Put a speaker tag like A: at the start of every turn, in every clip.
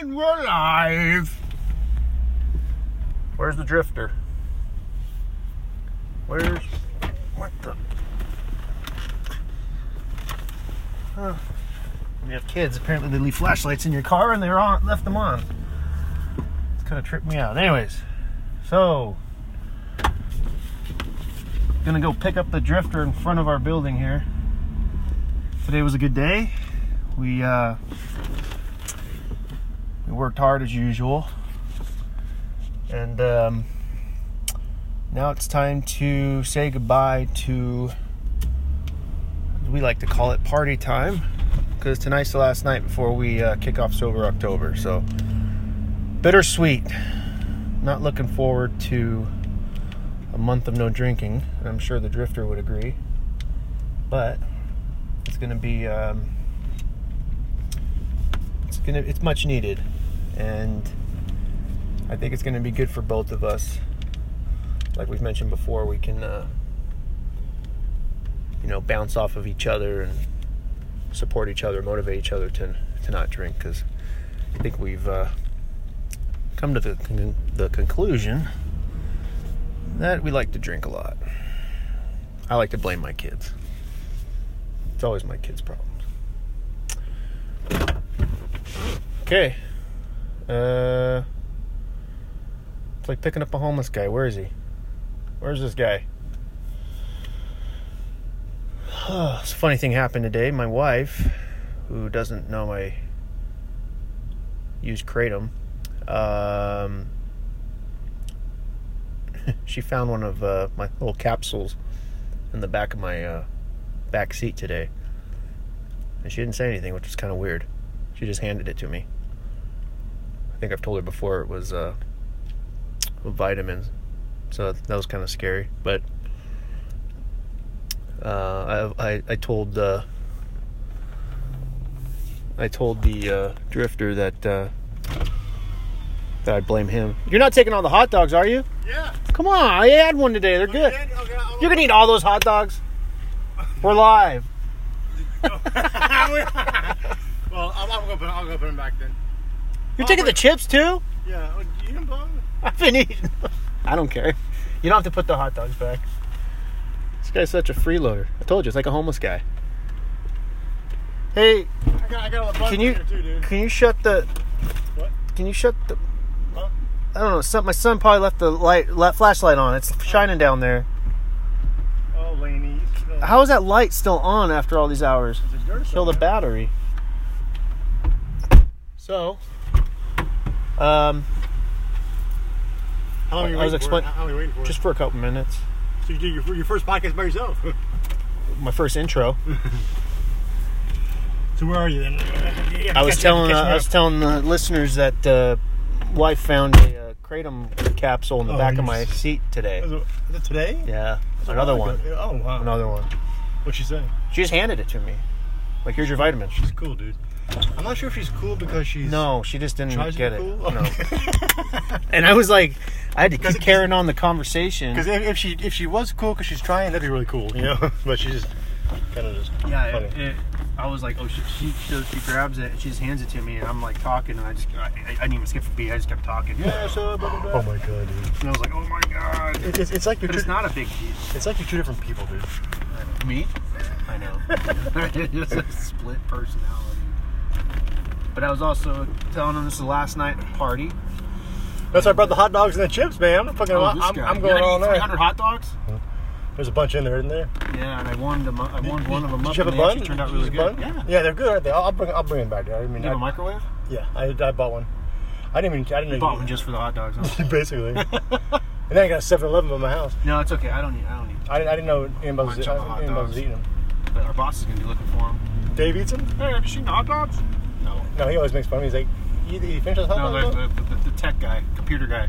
A: And we're live.
B: Where's the drifter? Where's what the? Huh. When you have kids, apparently they leave flashlights in your car and they on left them on. It's kind of tripped me out. Anyways, so gonna go pick up the drifter in front of our building here. Today was a good day. We uh, we worked hard as usual and um, now it's time to say goodbye to we like to call it party time because tonight's the last night before we uh, kick off sober october so bittersweet not looking forward to a month of no drinking and i'm sure the drifter would agree but it's gonna be um, it's gonna it's much needed and I think it's going to be good for both of us. Like we've mentioned before, we can, uh, you know, bounce off of each other and support each other, motivate each other to to not drink. Because I think we've uh, come to the con- the conclusion that we like to drink a lot. I like to blame my kids. It's always my kids' problems. Okay. Uh. It's like picking up a homeless guy. Where is he? Where's this guy? it's a funny thing happened today. My wife, who doesn't know I use kratom, um, she found one of uh, my little capsules in the back of my uh, back seat today. And she didn't say anything, which was kind of weird. She just handed it to me. I think I've told her before it was. Uh, with vitamins. So that was kind of scary. But uh, I, I, I told uh, I told the uh, drifter that uh, that I blame him. You're not taking all the hot dogs, are you?
A: Yeah.
B: Come on, I had one today. They're good.
A: Okay, okay, I'm-
B: You're gonna eat all those hot dogs. We're live.
A: well, I'm, I'm gonna put, I'll go put him back then.
B: You're taking the chips too?
A: Yeah. oh, You didn't blow him?
B: I've been eating. I don't care. You don't have to put the hot dogs back. This guy's such a freeloader. I told you, it's like a homeless guy. Hey,
A: I got, I got all the bugs
B: Can you-
A: in here too, dude.
B: can you shut the?
A: What?
B: Can you shut the?
A: Huh?
B: I don't know. Some, my son probably left the light, light flashlight on. It's shining down there.
A: Oh, Laney. you still-
B: How is that light still on after all these hours?
A: It's yours,
B: Kill the
A: huh?
B: battery. So, um,
A: How long are you
B: I was
A: waiting for?
B: expla-
A: it? How how long are you waiting for? it?
B: just for a couple minutes,
A: so you did your, your first podcast by yourself.
B: my first intro.
A: so where are you then? Yeah,
B: I was
A: catch-
B: telling uh,
A: catch me
B: I
A: up.
B: was telling the listeners that uh, wife found a uh, kratom capsule in the
A: Oh,
B: back
A: you
B: of my
A: s-
B: seat today.
A: Is it- is it today?
B: Yeah,
A: That's a
B: another
A: while
B: one,
A: ago. Oh wow.
B: another one.
A: What'd she say?
B: She just handed it to me. Like, here's your vitamins.
A: She's cool, dude. I'm not sure if she's cool because she's
B: No, she just didn't
A: tries to
B: get
A: be
B: it.
A: cool.
B: No. and I was like, I had to
A: Cause
B: keep
A: it-
B: carrying on the conversation.
A: Because if, if she if she was cool, because she's trying, that'd be really cool, you know. but she just kind of just
B: Yeah,
A: funny.
B: it, it, I was like, oh, she, she, so she grabs it, and she just hands it to me, and I'm like talking, and I just, I, I didn't even skip a beat, I just kept talking. Yeah, so, blah, blah,
A: oh
B: blah.
A: my god, dude!
B: And I was like, oh my god.
A: It, it's, it's like you're
B: But
A: two,
B: it's
A: it's,
B: not a big deal.
A: like you're two different people, dude.
B: Me? I know. it's a split personality. But I was also telling him this is the last night at the party.
A: That's why I brought the hot dogs and the chips, man. I'm
B: Oh,
A: fucking, I'm, I'm, I'm going all night.
B: 300 hot dogs?
A: There's a bunch in there, isn't there?
B: Yeah, and I warmed them up. I warmed one of them
A: Did
B: up.
A: you have
B: and
A: a
B: they
A: bun?
B: actually turned out
A: Did you
B: really
A: use
B: good.
A: a
B: Yeah.
A: bun?
B: You
A: yeah, they're good, aren't they? I'll I'll bring, I'll bring it back. Dude. I mean,
B: have a
A: I,
B: microwave?
A: yeah, I, I bought one. I didn't even, I
B: You
A: didn't even
B: bought one just for the hot dogs. huh?
A: basically. and then I got a 7-Eleven at my house.
B: no, it's okay. I don't need. I don't need.
A: I didn't, I didn't know anybody was,
B: Bunch of hot
A: anybody
B: dogs.
A: was eating them.
B: But our boss is gonna be looking for them.
A: Dave eats them.
B: Hey, have you seen the hot dogs? No.
A: No, he always makes fun of me. He's like, "You, you finished those hot
B: No,
A: dogs?" bro?"
B: the, the, the, the tech guy, computer guy.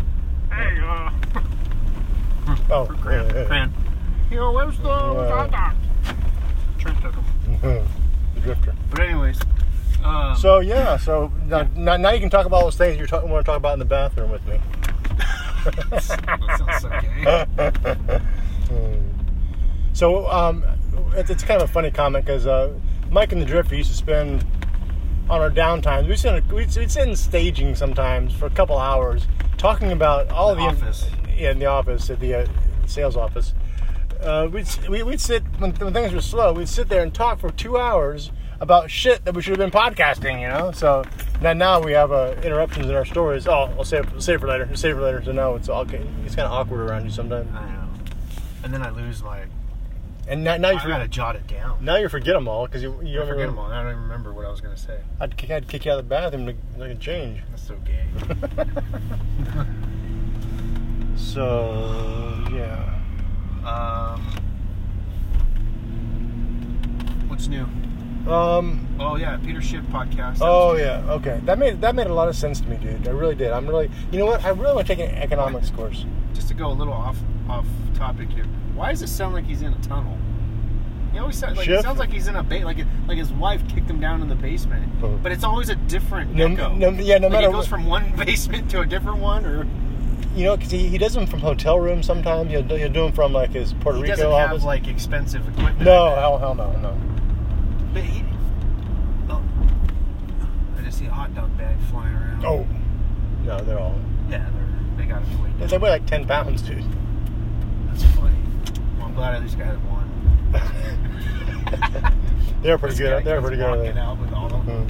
B: Hey, uh,
A: Oh,
B: Cran.
A: yeah, yeah, yeah.
B: Cran. Yo, where's the where's the hot dogs? Trent took them.
A: Mm-hmm. the drifter.
B: But anyways, um,
A: So yeah, so now, now, now you can talk about those things you talk, want to talk about in the bathroom with me.
B: that sounds so gay.
A: So um, it's, it's kind of a funny comment because uh, Mike and the drifter used to spend on our downtime, we sit, in, we we'd sit in staging sometimes for a couple hours talking about all
B: The
A: the
B: office.
A: yeah, in the office at the uh, sales office. Uh, we'd, s- we- we'd sit when, when things were slow. We'd sit there and talk for two hours about shit that we should have been podcasting, you know. So now now we have uh, interruptions in our stories. Oh, I'll save save it for later. Save it for later. So now it's all it's kind of awkward around you sometimes.
B: I know. And then I lose my.
A: And now, now you
B: I gotta
A: forget,
B: jot it down.
A: now you forget them all because you you
B: I
A: don't
B: forget
A: remember-
B: them all. I don't even remember what I was gonna say.
A: I'd kick, I'd kick you out of the bathroom to, like a change.
B: That's so gay.
A: So yeah.
B: um, what's new?
A: Um.
B: Oh yeah, Peter Schiff podcast. That
A: Oh
B: was good.
A: yeah, okay. That made that made a lot of sense to me, dude. I really did. I'm really, you know what? I really want to take an economics course.
B: Just to go a little off off topic here. Why does it sound like he's in a tunnel? He always sounds like it
A: Schiff?
B: sounds like he's in a ba- like like his wife kicked him down in the basement.
A: Oh.
B: But it's always a different
A: No,
B: echo.
A: no, yeah, no
B: Like,
A: matter
B: it goes
A: what-
B: from one basement to a different one, or
A: You know, because he, he does them from hotel rooms sometimes. He'll, do- he'll do them from like his Puerto
B: he
A: Rico
B: doesn't
A: office.
B: have like expensive equipment.
A: no, hell, hell no, no.
B: But he. Oh, I just see a hot dog bag flying around.
A: Oh, no, they're all.
B: Yeah, they're, they gotta be weighed
A: They
B: down.
A: they weigh like ten pounds, dude.
B: That's funny. Well, I'm glad at least I had one.
A: They're pretty
B: This guy
A: good. They're
B: comes
A: pretty good. aren't
B: walking
A: they?
B: out with all of them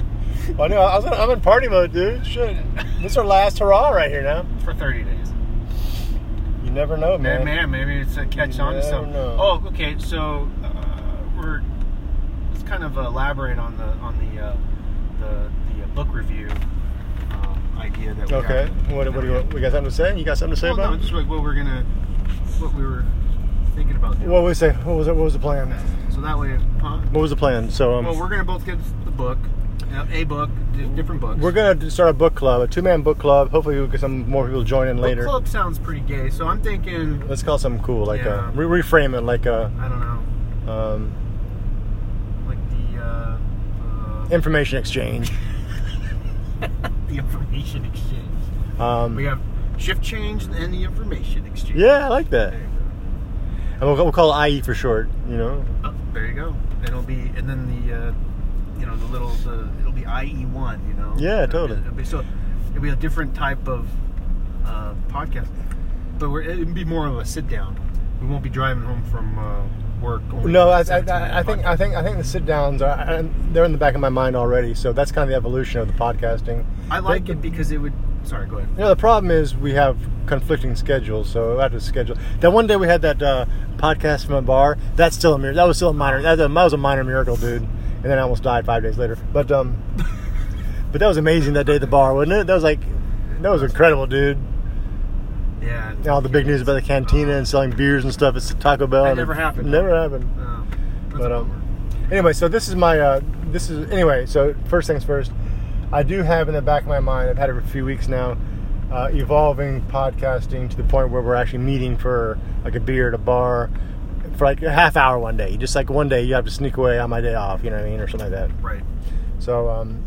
A: Mhm. I know. I was. In, I'm in party mode, dude. Shit, this is our last hurrah right here now.
B: for 30 days.
A: You never know,
B: Man, man,
A: man.
B: maybe it's a catch
A: You
B: on to
A: never
B: something.
A: know.
B: Oh, okay. So uh, we're let's kind of elaborate on the on the uh, the, the book review um, idea that. We
A: Okay.
B: have.
A: What? What do you? We got something to say? You got something to say
B: Well,
A: about?
B: no,
A: it?
B: just like what we're gonna, what we were thinking about. doing.
A: What was say? What was it? What was the plan?
B: so that way, huh?
A: What was the plan? So um,
B: Well, we're gonna both get the book, uh, a book, di- different books.
A: we're gonna start a book club, a two-man book club. Hopefully, we'll get some more people to join in
B: Book
A: later.
B: club sounds pretty gay, so I'm thinking.
A: Let's call something cool, like
B: Yeah.
A: uh, re- reframe it, like uh,
B: I don't know,
A: um,
B: like the uh, uh,
A: information exchange.
B: the information exchange.
A: Um,
B: We have shift change and the information exchange.
A: yeah, I like that.
B: There you go.
A: And we'll, we'll call it IE for short. You know,
B: Oh, there you go. It'll be and then the uh, you know the little the it'll be IE one. You know.
A: Yeah,
B: It'll be-
A: totally.
B: It'll be so it'll be a different type of uh, podcast, but we're, it'll be more of a sit down. We won't be driving home from uh, work. only
A: no, I, I,
B: 17
A: I, I think
B: podcast.
A: I think I think the sit downs are I- they're in the back of my mind already. So that's kind of the evolution of the podcasting.
B: I like
A: The-
B: it because it would. Sorry, go ahead.
A: You know, the problem is we have conflicting schedules, so I had to schedule. That one day we had that uh, podcast from a bar. That's still a mir- That was still a minor. That was a, that was a minor miracle, dude. And then I almost died five days later. But um, but that was amazing that day at the bar, wasn't it? That was like, that was incredible, dude.
B: Yeah.
A: And All the big news about the cantina and selling beers and stuff. It's the Taco Bell.
B: That
A: and
B: never
A: it-
B: happened.
A: Never happened.
B: Um, that's
A: But
B: a
A: um, anyway, so this is my uh, this is anyway. So first things first, I do have in the back of my mind. I've had it for a few weeks now, uh, evolving podcasting to the point where we're actually meeting for like a beer at a bar for like a half hour one day. Just like one day you have to sneak away on my day off, you know what I mean, or something like that.
B: right.
A: So um,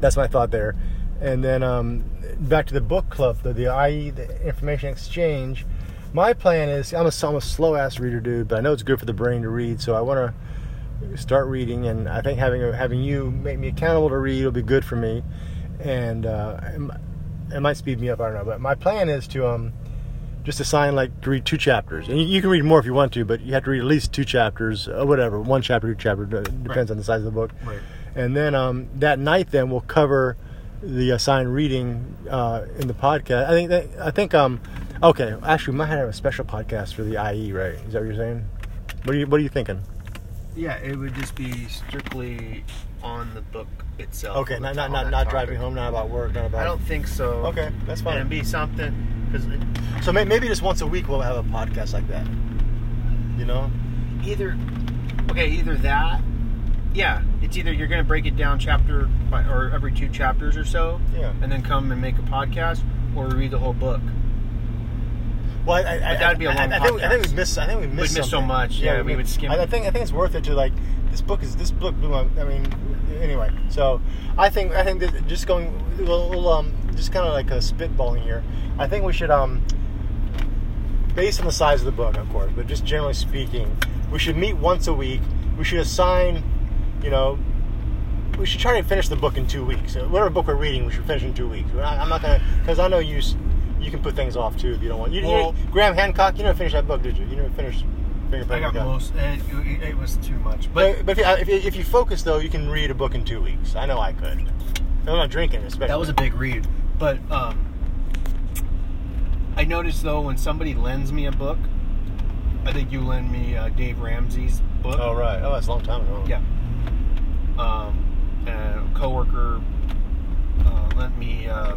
A: that's my thought there. And then um, back to the book club, the, the IE, the information exchange. My plan is I'm a, I'm a slow ass reader, dude, but I know it's good for the brain to read, so I want to start reading. And I think having having you make me accountable to read will be good for me, and uh, it mi- it might speed me up. I don't know, but my plan is to um, just assign like to read two chapters, and you, you can read more if you want to, but you have to read at least two chapters, or whatever, one chapter, two chapter, d- depends on the size of the book
B: Right.
A: and then um, that night then we'll cover the assigned reading uh, in the podcast. I think that, I think um okay, actually we might have a special podcast for the IE, right? Is that what you're saying? What are you What are you thinking?
B: Yeah, it would just be strictly on the book itself.
A: Okay,
B: on
A: not
B: the-
A: not
B: on
A: not,
B: that
A: not
B: topic.
A: driving home, not about work, not about.
B: I don't think so.
A: Okay, that's fine.
B: It'd be something because
A: so may, maybe just once a week we'll have a podcast like that. You know?
B: either okay, either that. Yeah, it's either you're gonna break it down chapter by or every two chapters or so,
A: Yeah.
B: and then come and make a podcast or read the whole book.
A: Well, I, I, I-
B: that'd be a
A: I-
B: long
A: I, think, I think
B: podcast.
A: we missed. I think we missed.
B: We'd miss so
A: something.
B: much, yeah, we would skim
A: I, I
B: it.
A: think I think it's worth it to like. This book is this book blew my. I mean, anyway. So I think I think that just going we'll, we'll um just kind of like a spitballing here. I think we should um. Based on the size of the book, of course, but just generally speaking, we should meet once a week. We should assign, you know, we should try to finish the book in two weeks. Uh, Whatever book we're reading, we should finish in two weeks. We're not- I'm not gonna because I know you. s- You can put things off too if you don't want. You, you-
B: Well-
A: Graham Hancock, you never finished that book, did you? You never finished. Fingerprint
B: I got
A: Gun.
B: most. It, it, it was too much, but
A: But, but if, you, if, you, if you focus though, you can read a book in two weeks. I know I could. And I'm not drinking, especially.
B: that was a big read. But um, I noticed though when somebody lends me a book, I think you lend me uh, Dave Ramsey's book.
A: Oh right. Oh, that's a long time ago.
B: Yeah. Um, and a coworker uh, lent me uh, uh,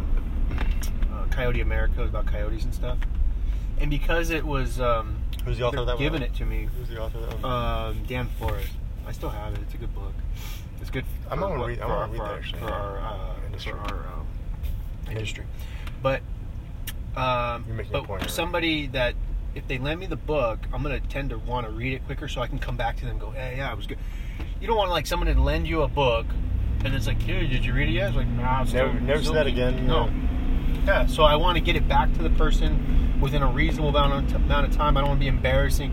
B: Coyote America it was about coyotes and stuff. And because it was um,
A: Who's the author of that one?
B: given it to me,
A: Who's the author of that one?
B: um, Dan Flores. I still have it. It's a good book. It's good.
A: I'm
B: for
A: gonna
B: what-
A: read- I'm
B: for
A: gonna
B: our-
A: read
B: for
A: that
B: our-
A: actually.
B: for our uh,
A: Industry.
B: For our, um, industry. But um,
A: You're making a
B: but
A: point, right?
B: somebody that if they lend me the book, I'm gonna tend to want to read it quicker so I can come back to them and go, hey, yeah, it was good. You don't want like someone to lend you a book and it's like, dude, did you read it yet? It's like, nah, it's
A: Never-
B: still-
A: never
B: still
A: said that
B: need-
A: again,
B: No. Yeah, so I want to get it back to the person within a reasonable amount of, amount of time. I don't want to be embarrassing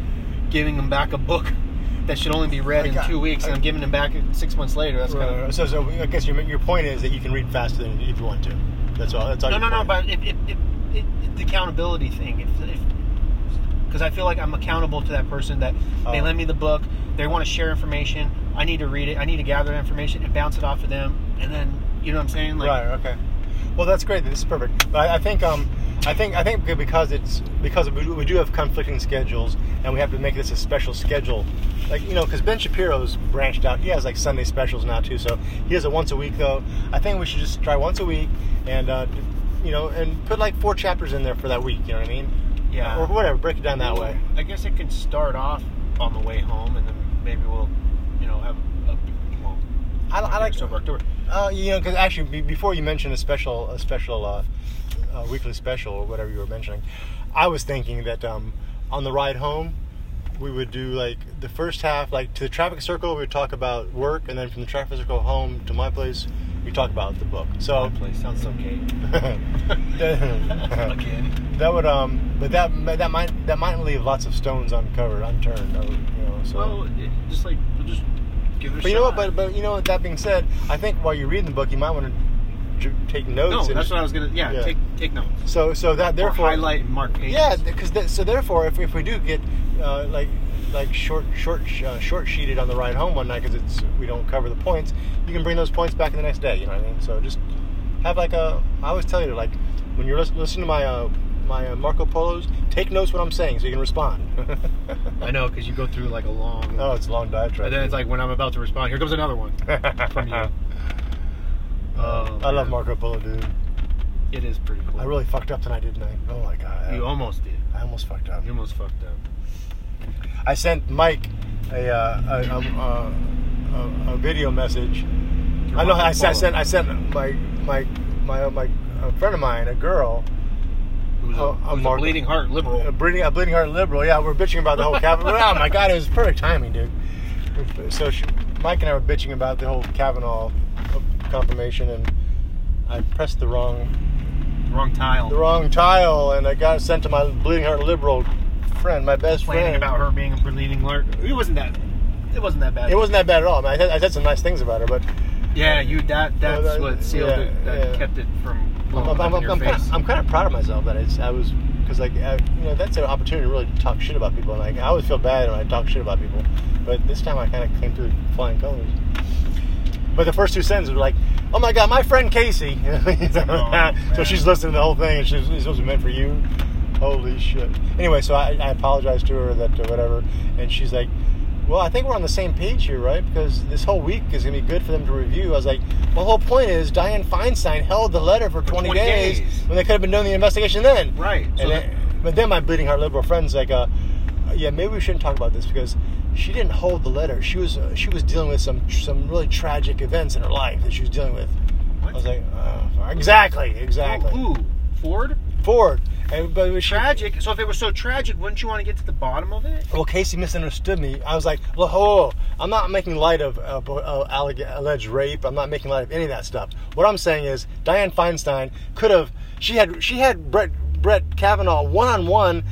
B: giving them back a book that should only be read
A: I
B: in
A: got-
B: two weeks, and I'm giving them back six months later. That's
A: Right,
B: kind
A: right,
B: of
A: right. Uh, So, so I guess your, your point is that you can read faster than if you want to. That's all. That's all.
B: no,
A: your
B: no, no.
A: point.
B: But it, it, it, it, it, the accountability thing. If because I feel like I'm accountable to that person that they
A: Oh.
B: lend me the book, they want to share information. I need to read it. I need to gather that information and bounce it off of them, and then you know what I'm saying? Like,
A: right. Okay. Well, that's great. This is perfect. But I, I think um, I think I think because it's because we do, we do have conflicting schedules, and we have to make this a special schedule. Like you know, because Ben Shapiro's branched out. He has like Sunday specials now too. So he has it once a week though. I think we should just try once a week, and uh, you know, and put like four chapters in there for that week. You know what I mean?
B: Yeah.
A: Or whatever. Break it down that way.
B: I guess it can start off on the way home, and then maybe we'll, you know, have a well,
A: I, I like.
B: sober October.
A: Uh, you know, because actually, be, before you mentioned a special, a special uh, uh, weekly special or whatever you were mentioning, I was thinking that um, on the ride home, we would do like the first half, like to the traffic circle, we would talk about work, and then from the traffic circle home to my place, we talk about the book. So
B: My place sounds so gay.
A: that
B: Again,
A: would, um, but that that might that might leave lots of stones uncovered, unturned, or, you know. So.
B: well, it, just like we'll just give it a
A: But you
B: shot.
A: know what? But, but you know what? That being said, I think while you're reading the book, you might want to take notes.
B: no,
A: and
B: that's what I was gonna. Yeah,
A: Yeah.
B: take take notes.
A: So so that therefore
B: or highlight and mark pages.
A: Yeah, because th- so therefore, if, if we do get uh, like like short short uh, short sheeted on the ride home one night because it's we don't cover the points, you can bring those points back in the next day. You know what I mean? So just have like a. I always tell you like when you're lis- listening to my uh, my uh, Marco Polos, take notes what I'm saying so you can respond.
B: I know because you go through like a long.
A: oh, it's a long diatribe.
B: and then it's like when I'm about to respond, here comes another one from you. Oh,
A: I love
B: man.
A: Marco Polo, dude.
B: It is pretty cool.
A: I really fucked up tonight, didn't I? Oh my god.
B: You almost did.
A: I almost fucked up.
B: You almost fucked up.
A: I sent Mike a uh, a, a, a, a, a video message. I know. I, sent- I sent. I sent my my my my a friend of mine, a girl,
B: It was a,
A: Oh,
B: it
A: Uh, a
B: was a
A: mark-
B: bleeding heart liberal.
A: a bleeding a bleeding heart liberal. Yeah, we're bitching about the whole Kavanaugh. oh my god, it was perfect timing, dude. So she, Mike and I were bitching about the whole Kavanaugh confirmation, and I pressed the wrong
B: Wrong tile.
A: the wrong tile, and I got it sent to my bleeding heart liberal friend, my best
B: complaining
A: friend.
B: about her being a bleeding alert. It wasn't that. It wasn't that bad.
A: It wasn't that bad at all. I, mean, I, said, I said some nice things about her, but
B: Yeah, you. That that's
A: No, that-
B: what sealed
A: yeah,
B: it. That
A: yeah.
B: kept it from blowing up
A: I'm, I'm,
B: in
A: I'm,
B: your
A: I'm,
B: face.
A: kind of, I'm kind of proud of myself that it's, I was because like I, you know that's an opportunity to really talk shit about people. And like I always feel bad when I talk shit about people, but this time I kind of came through flying colors. But the first two sentences were like, "Oh my god, my friend Casey." so
B: Oh, man.
A: she's listening to the whole thing, and she's this was meant for you. Holy shit! Anyway, so I, I apologized to her that uh, whatever, and she's like, "Well, I think we're on the same page here, right? Because this whole week is gonna be good for them to review." I was like, "The whole point is Diane Feinstein held the letter for 20,
B: 20
A: days,
B: days.
A: when they could have been doing the investigation then."
B: Right.
A: And
B: So
A: then- but then my bleeding heart liberal friend's like, uh, "Yeah, maybe we shouldn't talk about this because she didn't hold the letter. She was uh, she was dealing with some some really tragic events in her life that she was dealing with."
B: What?
A: I was like, uh, "Exactly, exactly."
B: Ooh, ooh, Ford.
A: Ford, and but she,
B: Tragic. So if it was so tragic, wouldn't you want to get to the bottom of it?
A: Well, Casey misunderstood me. I was like, "Look, oh, I'm not making light of uh, bo- uh, alleg- alleged rape. I'm not making light of any of that stuff. What I'm saying is, Diane Feinstein could have. She had. She had Brett Brett Kavanaugh one on one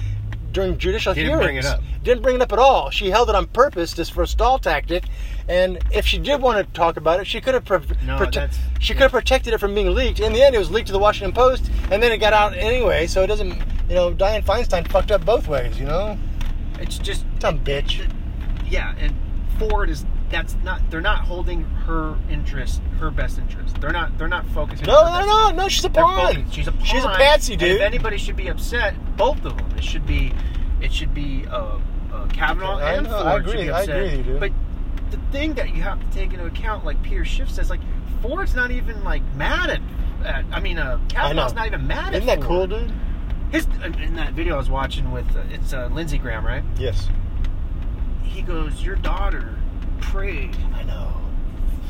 A: during judicial
B: Didn't
A: hearings.
B: bring it up.
A: Didn't bring it up at all. She held it on purpose, just for a stall tactic. And if she did want to talk about it, she could have pro-
B: No,
A: prote-
B: that's-
A: she could have protected it from being leaked. In the end, it was leaked to the Washington Post, and then it got out anyway. So it doesn't, you know, Diane Feinstein fucked up both ways. You know,
B: It's just
A: dumb bitch.
B: yeah, and Ford is that's not they're not holding her interest, her best interest. They're not they're not focusing.
A: No,
B: on her
A: no,
B: best
A: no, no. She's a
B: They're
A: pawn.
B: focused. She's a pawn.
A: She's a patsy,
B: and
A: dude.
B: if anybody should be upset, both of them. It should be, it should be uh, uh, Kavanaugh
A: I
B: and
A: know,
B: Ford
A: I
B: should
A: agree,
B: be
A: I
B: upset.
A: agree with you, dude.
B: But the thing that you have to take into account, like Peter Schiff says, like Ford's not even like mad at. at I mean, uh, Kavanaugh's not even mad at.
A: Isn't that cool,
B: Ford.
A: dude?
B: His uh, in that video I was watching with uh, it's uh, Lindsey Graham, right?
A: Yes.
B: He goes, "Your daughter prayed
A: I know.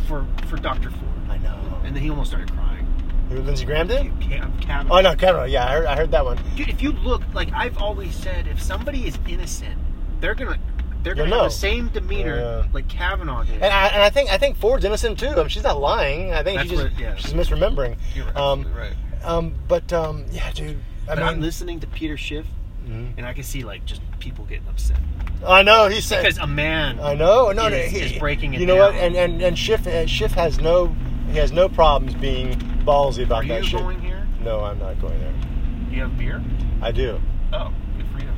B: for for Dr. Ford,"
A: I know.
B: and then he almost started crying.
A: Who Lindsey Graham did?
B: Ca- Kavanaugh.
A: Oh no, Kavanaugh. Yeah, I heard, I heard that one.
B: Dude, if you look, like I've always said, if somebody is innocent, they're gonna they're
A: You'll
B: gonna have
A: know.
B: the same demeanor
A: Yeah.
B: like Kavanaugh did.
A: And I, and I think I think Ford's innocent too. I mean, she's not lying. I think she
B: That's
A: just
B: what- yeah.
A: she's misremembering.
B: You're
A: um,
B: absolutely right.
A: um, but um, yeah, dude. I
B: but I'm
A: mean,
B: listening to Peter Schiff,
A: Mhm.
B: and I can see like just people getting upset
A: I know he said.
B: because a man.
A: I know. No, no,
B: is,
A: he-
B: is breaking it.
A: You know
B: down.
A: what? And and and Schiff uh, Schiff has no he has no problems being ballsy about
B: are
A: that
B: you
A: shit.
B: going here?
A: No, I'm not going there.
B: Do you have beer?
A: I do.
B: Oh, good for you.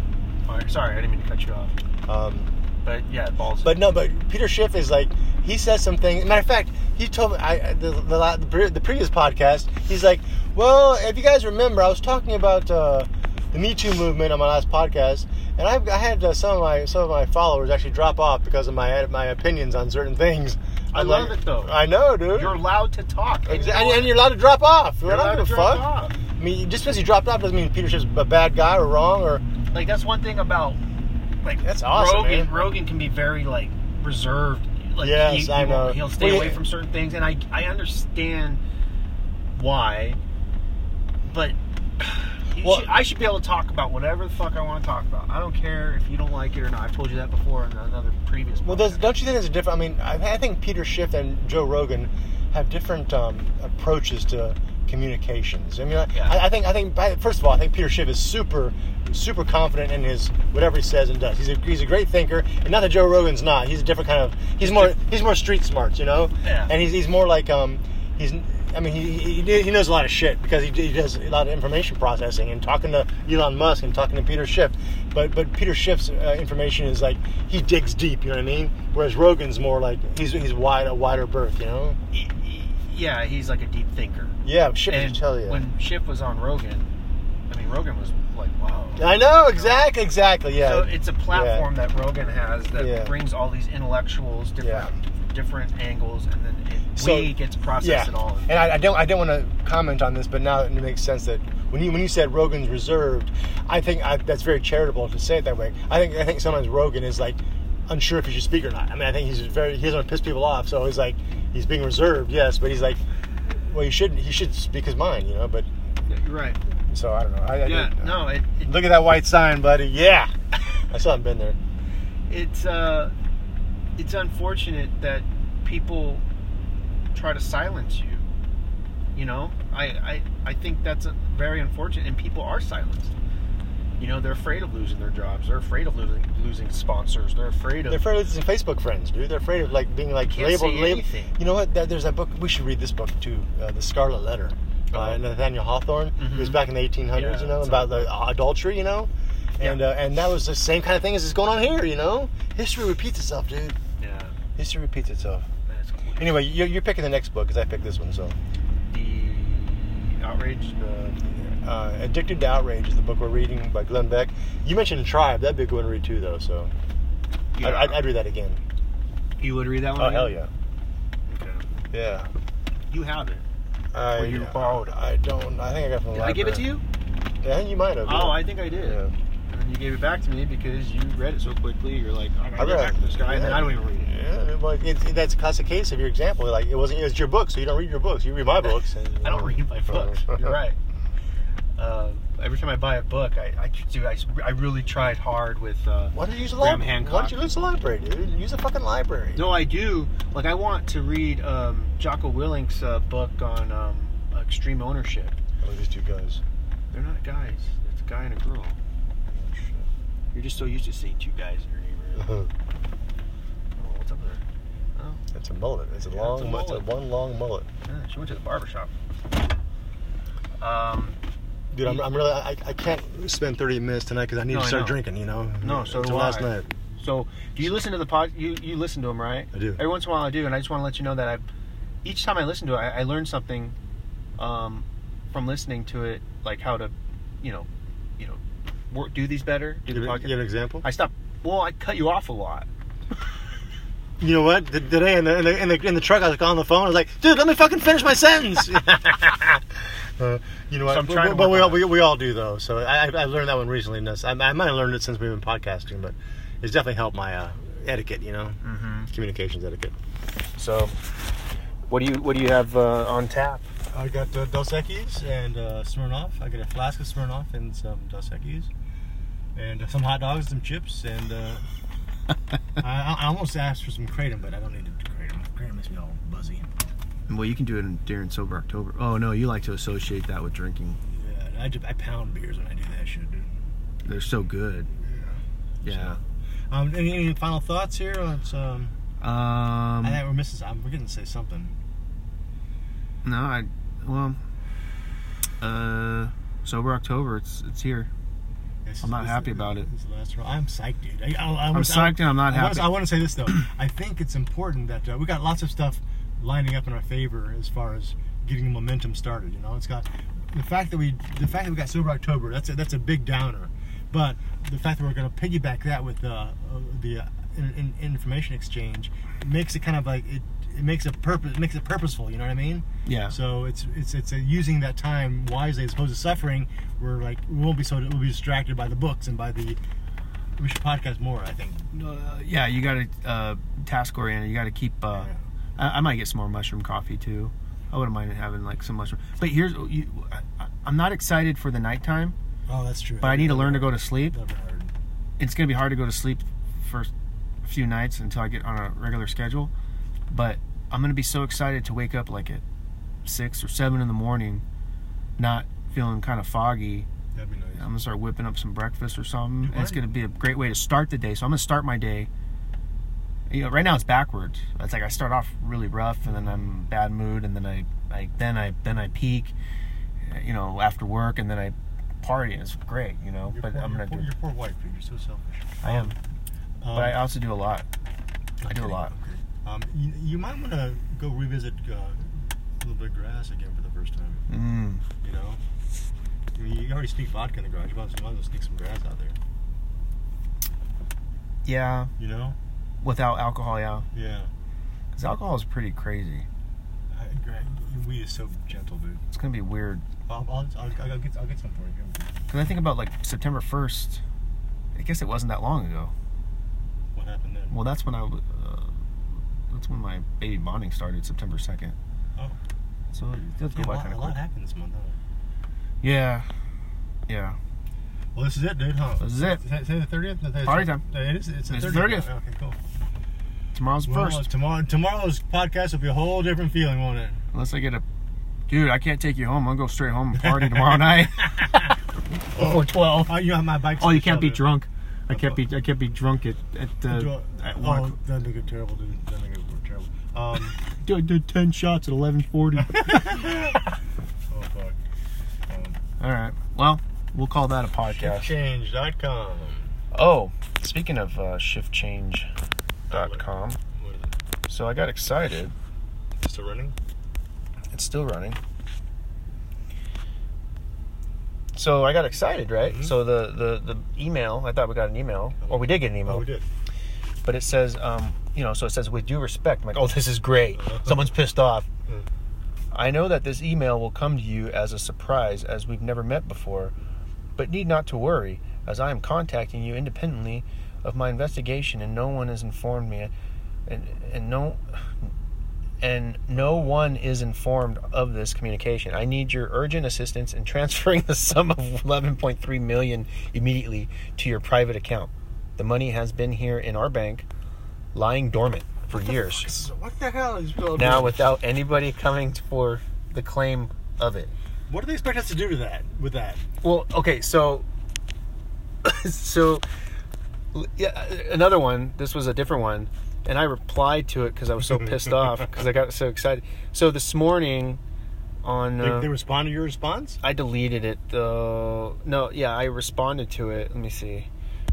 B: All right, sorry, I didn't mean to cut you off.
A: Um,
B: But yeah, balls.
A: But no, but Peter Schiff is like he says something. Matter of fact, he told me I, the, the la- the pre- the previous podcast. He's like, well, if you guys remember, I was talking about uh, the Me Too movement on my last podcast, and I've, I had uh, some of my some of my followers actually drop off because of my my opinions on certain things.
B: I
A: I'm
B: love
A: like,
B: it, though.
A: I know, dude.
B: you're allowed to talk.
A: Exa-
B: you know
A: and,
B: what?
A: and you're allowed to drop off.
B: You're
A: I don't
B: allowed
A: give
B: to
A: a
B: drop
A: fuck.
B: off.
A: I mean, just because you dropped off doesn't mean Peter Schiff's a bad guy or wrong or.
B: Like that's one thing about like
A: That's awesome,
B: Rogan.
A: man.
B: Rogan can be very like reserved. Like,
A: Yes, I
B: won't-
A: know.
B: He'll stay
A: Well,
B: away
A: yeah.
B: from certain things, and I I understand why, but. you
A: Well-
B: should- I should be able to talk about whatever the fuck I want to talk about. I don't care if you don't like it or not. I've told you that before in another previous.
A: Well,
B: podcast.
A: there's, don't you think there's a different? I mean, I, I think Peter Schiff and Joe Rogan have different um, approaches to communications. I mean, I,
B: Yeah.
A: I, I think I think by- first of all, I think Peter Schiff is super super confident in his whatever he says and does. He's a, he's a great thinker, and not that Joe Rogan's not. He's a different kind of. He's more he's more street smarts, you know.
B: Yeah.
A: And he's he's more like um he's. I mean, he, he, he knows a lot of shit because he, he does a lot of information processing and talking to Elon Musk and talking to Peter Schiff. But but Peter Schiff's uh, information is like he digs deep, you know what I mean? Whereas Rogan's more like he's he's wide a wider berth, you know?
B: Y- y- yeah, he's like a deep thinker.
A: Yeah, Schiff
B: and
A: should tell you.
B: when Schiff was on Rogan, I mean Rogan was like, wow.
A: I know exactly, exactly. Yeah,
B: So it's a platform that Rogan has that
A: Yeah.
B: brings all these intellectuals, different different angles, and then it,
A: So-
B: we gets processed
A: yeah.
B: it all.
A: And I, I don't, I don't want to comment on this, but now it makes sense that when you when you said Rogan's reserved, I think I, that's very charitable to say it that way. I think I think sometimes Rogan is like unsure if he should speak or not. I mean, I think he's very he doesn't want to piss people off, so he's like he's being reserved, yes, but he's like, well, you shouldn't. He should speak his mind, you know. But
B: Yeah, you're right.
A: so I don't know. I, I
B: Yeah,
A: didn't-
B: no, it, it
A: Look at that white sign, buddy. Yeah, I still haven't been there.
B: it's uh, it's unfortunate that people try to silence you. You know, I I, I think that's a, very unfortunate, and people are silenced. You know, they're afraid of losing their jobs. They're afraid of losing losing sponsors. They're afraid of
A: They're afraid of losing Facebook friends, dude. They're afraid of like being like
B: Can't
A: labeled.
B: say
A: lab-
B: anything.
A: You know what? There- There's that book. We should read this book too. Uh, the Scarlet Letter by
B: Uh-huh.
A: Nathaniel Hawthorne. It was
B: Mhm.
A: back in the 1800s,
B: Yeah,
A: you know,
B: it's
A: about the adultery, you know, and
B: Yeah.
A: uh, and that was the same kind of thing as is going on here, you know. History repeats itself, dude.
B: yeah.
A: History repeats itself.
B: That's cool.
A: Anyway, you're, you're picking the next book because I picked this one. So,
B: the outrage, the
A: uh, Addicted to Outrage is the book we're reading by Glenn Beck. You mentioned Tribe. That'd be a good one to read too, though. So,
B: Yeah.
A: I, I'd, I'd read that again.
B: you would read that one?
A: Oh
B: again?
A: hell yeah,
B: Okay.
A: yeah.
B: You have it.
A: I,
B: Or you borrowed it.
A: I don't. I think I got it from. the
B: Did I give it
A: Oh, library.
B: to you?
A: Yeah, you might have.
B: Oh,
A: yeah.
B: I think I did.
A: Yeah.
B: And then you gave it back to me because you read it so quickly. You're like, I
A: I
B: gotta get
A: read
B: back to this guy, and then I don't even read it.
A: Yeah, well, it, it- that's a classic case of your example. Like it wasn't. It's your book, so you don't read your books. You read my books. and- Oh.
B: I don't read my books. You're right. Uh, every time I buy a book, I, I do. I, I really tried hard with. Uh,
A: Why don't you use a
B: Graham
A: library?
B: Hancock.
A: Why don't you use the library, dude? Use a fucking library.
B: No, I do. Like, I want to read um, Jocko Willink's uh, book on um, extreme ownership.
A: Look at these two guys.
B: They're not guys. It's a guy and a girl. You're just so used to seeing two guys in your neighborhood. Oh, what's up there? Oh,
A: It's a mullet. It's a
C: Yeah,
A: long.
C: it's a
A: mu- It's a
C: mullet.
A: one long mullet.
C: Yeah, she went to the barber shop. Um,
A: Dude, I'm, I'm really. I, I can't spend 30 minutes tonight because I need
C: No,
A: to
C: I
A: start
C: know.
A: drinking. You know.
C: No, so
A: Till
C: do
A: last
C: I.
A: night.
C: so do you listen to the pod? You you listen to them, right?
A: I do.
C: Every once in a while, I do, and I just want to let you know that I, each time I listen to it, I, I learn something, um, from listening to it, like how to, you know, you know, work, do these better, do
A: Give,
C: the
A: it- give
C: podcast.
A: an example.
C: I stop. Well, I cut you off a lot.
A: You know what? Th- Today in the, in the in the in the truck, I was on the phone. I was like, "Dude, let me fucking finish my sentence." Uh, you know what?
C: So I'm
A: But-
C: trying to
A: but but
C: work
A: we,
C: on
A: all, we, we all do though. So I, I I learned that one recently. And that's- I, I might have learned it since we've been podcasting, but it's definitely helped my uh, etiquette. You know,
C: Mm-hmm.
A: communications etiquette.
C: So, what do you what do you have uh, on tap?
A: I got uh, Dos Equis and uh, Smirnoff. I got a flask of Smirnoff and some Dos Equis, and some hot dogs, some chips, and uh, I, I almost asked for some kratom, but I don't need to kratom. Kratom makes me all buzzy.
C: Well, you can do it in, during sober October. Oh no, you like to associate that with drinking.
A: Yeah, I, just, I pound beers when I do that shit, dude.
C: They're so good.
A: Yeah. Um, any, any final thoughts here? It's, um, I
B: Um,
A: think we're missing. some- We're going to say something.
B: no, I well, uh, sober October. It's it's here.
A: This
B: I'm
A: is-
B: not
A: this-
B: happy about it.
A: this is the last row. I'm psyched, dude. I, I, I
B: I'm
A: was- I-
B: psyched and I'm not
A: I wanna-
B: happy.
A: I want to say this though. I think it's important that uh, we got lots of stuff lining up in our favor as far as getting momentum started. You know, it's got the fact that we the fact that we got sober October. That's a, that's a big downer, but the fact that we're going to piggyback that with uh, uh, the uh, in, in, information exchange makes it kind of like it. It makes it purpose. It makes it purposeful. You know what I mean?
B: Yeah.
A: So it's it's it's a using that time wisely as opposed to suffering. We're like we won't be so we'll be distracted by the books and by the. We should podcast more. I think.
B: Uh, yeah, you got to uh, task oriented. You got to keep. Uh,
A: Yeah.
B: I, I might get some more mushroom coffee too. I wouldn't mind having like some mushroom. But here's, you, I, I'm not excited for the nighttime.
A: Oh, that's true.
B: But I need to learn to go to sleep.
A: Never heard.
B: It's gonna be hard to go to sleep for a few nights until I get on a regular schedule. But I'm gonna be so excited to wake up like at six or seven in the morning, not feeling kind of foggy.
A: That'd be
B: I'm
A: nice.
B: gonna start whipping up some breakfast or something.
A: You
B: And it's
A: would.
B: gonna be a great way to start the day. So I'm gonna start my day. You know, right now it's backwards. It's like I start off really rough, and then I'm in bad mood, and then I, I then I then I peak. You know, after work, and then I party, and it's great. You know,
A: Your
B: but
A: poor,
B: I'm
A: your
B: gonna
A: poor,
B: do.
A: Your poor wife, dude. You're so selfish.
B: I am,
A: Um,
B: but I also do a lot. I do a lot.
A: Um, you, you might want to go revisit uh, a little bit of grass again for the first time.
B: Mm.
A: You know, I mean, you already sneak vodka in the garage. You might as well sneak some grass out there.
B: Yeah,
A: You know?
B: without alcohol, yeah,
A: Yeah.
B: because alcohol is pretty crazy.
A: I, gra- weed is so gentle, dude.
B: It's gonna be weird.
A: I'll, I'll, I'll, I'll get I'll get some for you.
B: Because I think about like September 1st. I guess it wasn't that long ago.
A: What happened then?
B: Well, that's when I. w- Uh, that's when my baby bonding started, September second.
A: Oh.
B: So it does go
A: Yeah, a
B: by
A: lot,
B: kind
A: a
B: of
A: lot
B: quick.
A: happened this month. Huh?
B: Yeah. Yeah.
A: Well, this is it, dude. Huh?
B: This is it.
A: Is that- is that the 30th?
B: Party time.
A: It is. It's the
B: It's
A: 30th.
B: 30th.
A: Okay, cool.
B: Tomorrow's the
A: Well,
B: first.
A: tomorrow, tomorrow's podcast will be a whole different feeling, won't it?
B: Unless I get a. Dude, I can't take you home. I'll go straight home and party tomorrow night.
A: Before twelve. Oh, you have my bike.
B: Oh, you can't be drunk. I can't be. I can't be drunk at at, uh, at one.
A: oh, that nigga terrible, dude. That nigga were terrible. Um,
B: o'clock. I did ten shots at eleven forty.
A: oh fuck.
B: All right. Well, we'll call that a podcast.
A: Shiftchange.com.
B: Oh, speaking of uh, shiftchange.com,
A: What is it?
B: so I got excited.
A: Still running?
B: It's still running. So I got excited, right?
A: Mhm.
B: So the, the the email, I thought we got an email, or we did get an email,
A: Oh, we did.
B: but it says, um, you know, so it says with due respect. I'm like, oh, this is great. Someone's pissed off.
A: Mm.
B: I know that this email will come to you as a surprise, as we've never met before, but need not to worry, as I am contacting you independently of my investigation, and no one has informed me, and and no and no one is informed of this communication. I need your urgent assistance in transferring the sum of 11.3 million immediately to your private account. The money has been here in our bank, lying dormant for years.
A: So what the hell is going
B: Now without anybody coming for the claim of it.
A: What do they expect us to do to that? With that?
B: Well, okay, so uh, so yeah, another one. This was a different one. and I replied to it because I was so pissed off because I got so excited. So this morning, on
A: They,
B: uh,
A: they respond to your response?
B: I deleted it though. No, yeah, I responded to it. Let me see,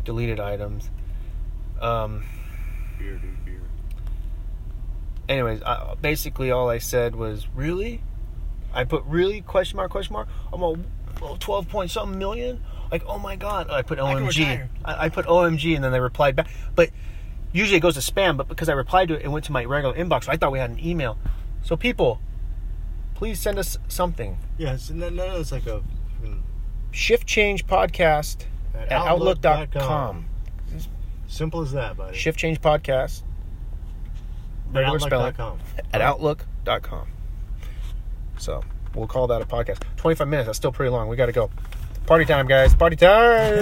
B: deleted items. Um.
A: Beer, dude, beer.
B: Anyways, I, basically all I said was really. I put really question mark question mark. I'm all oh, twelve point something million. Like oh my god! I put
A: can
B: OMG.
A: retire.
B: I, I put OMG, and then they replied back. But usually it goes to spam. But because I replied to it, it went to my regular inbox. I thought we had an email. So people, please send us something.
A: Yeah, it's, no, no, no, it's like a. fucking-
B: Shift Change Podcast
A: At
B: at outlook.com.
A: outlook.com. Simple as that, buddy.
B: Shift Change Podcast
A: At
B: regular spelling.
A: outlook.com.
B: at outlook.com. So we'll call that a podcast. 25 minutes. That's still pretty long. We got to go. Party time, guys. Party time.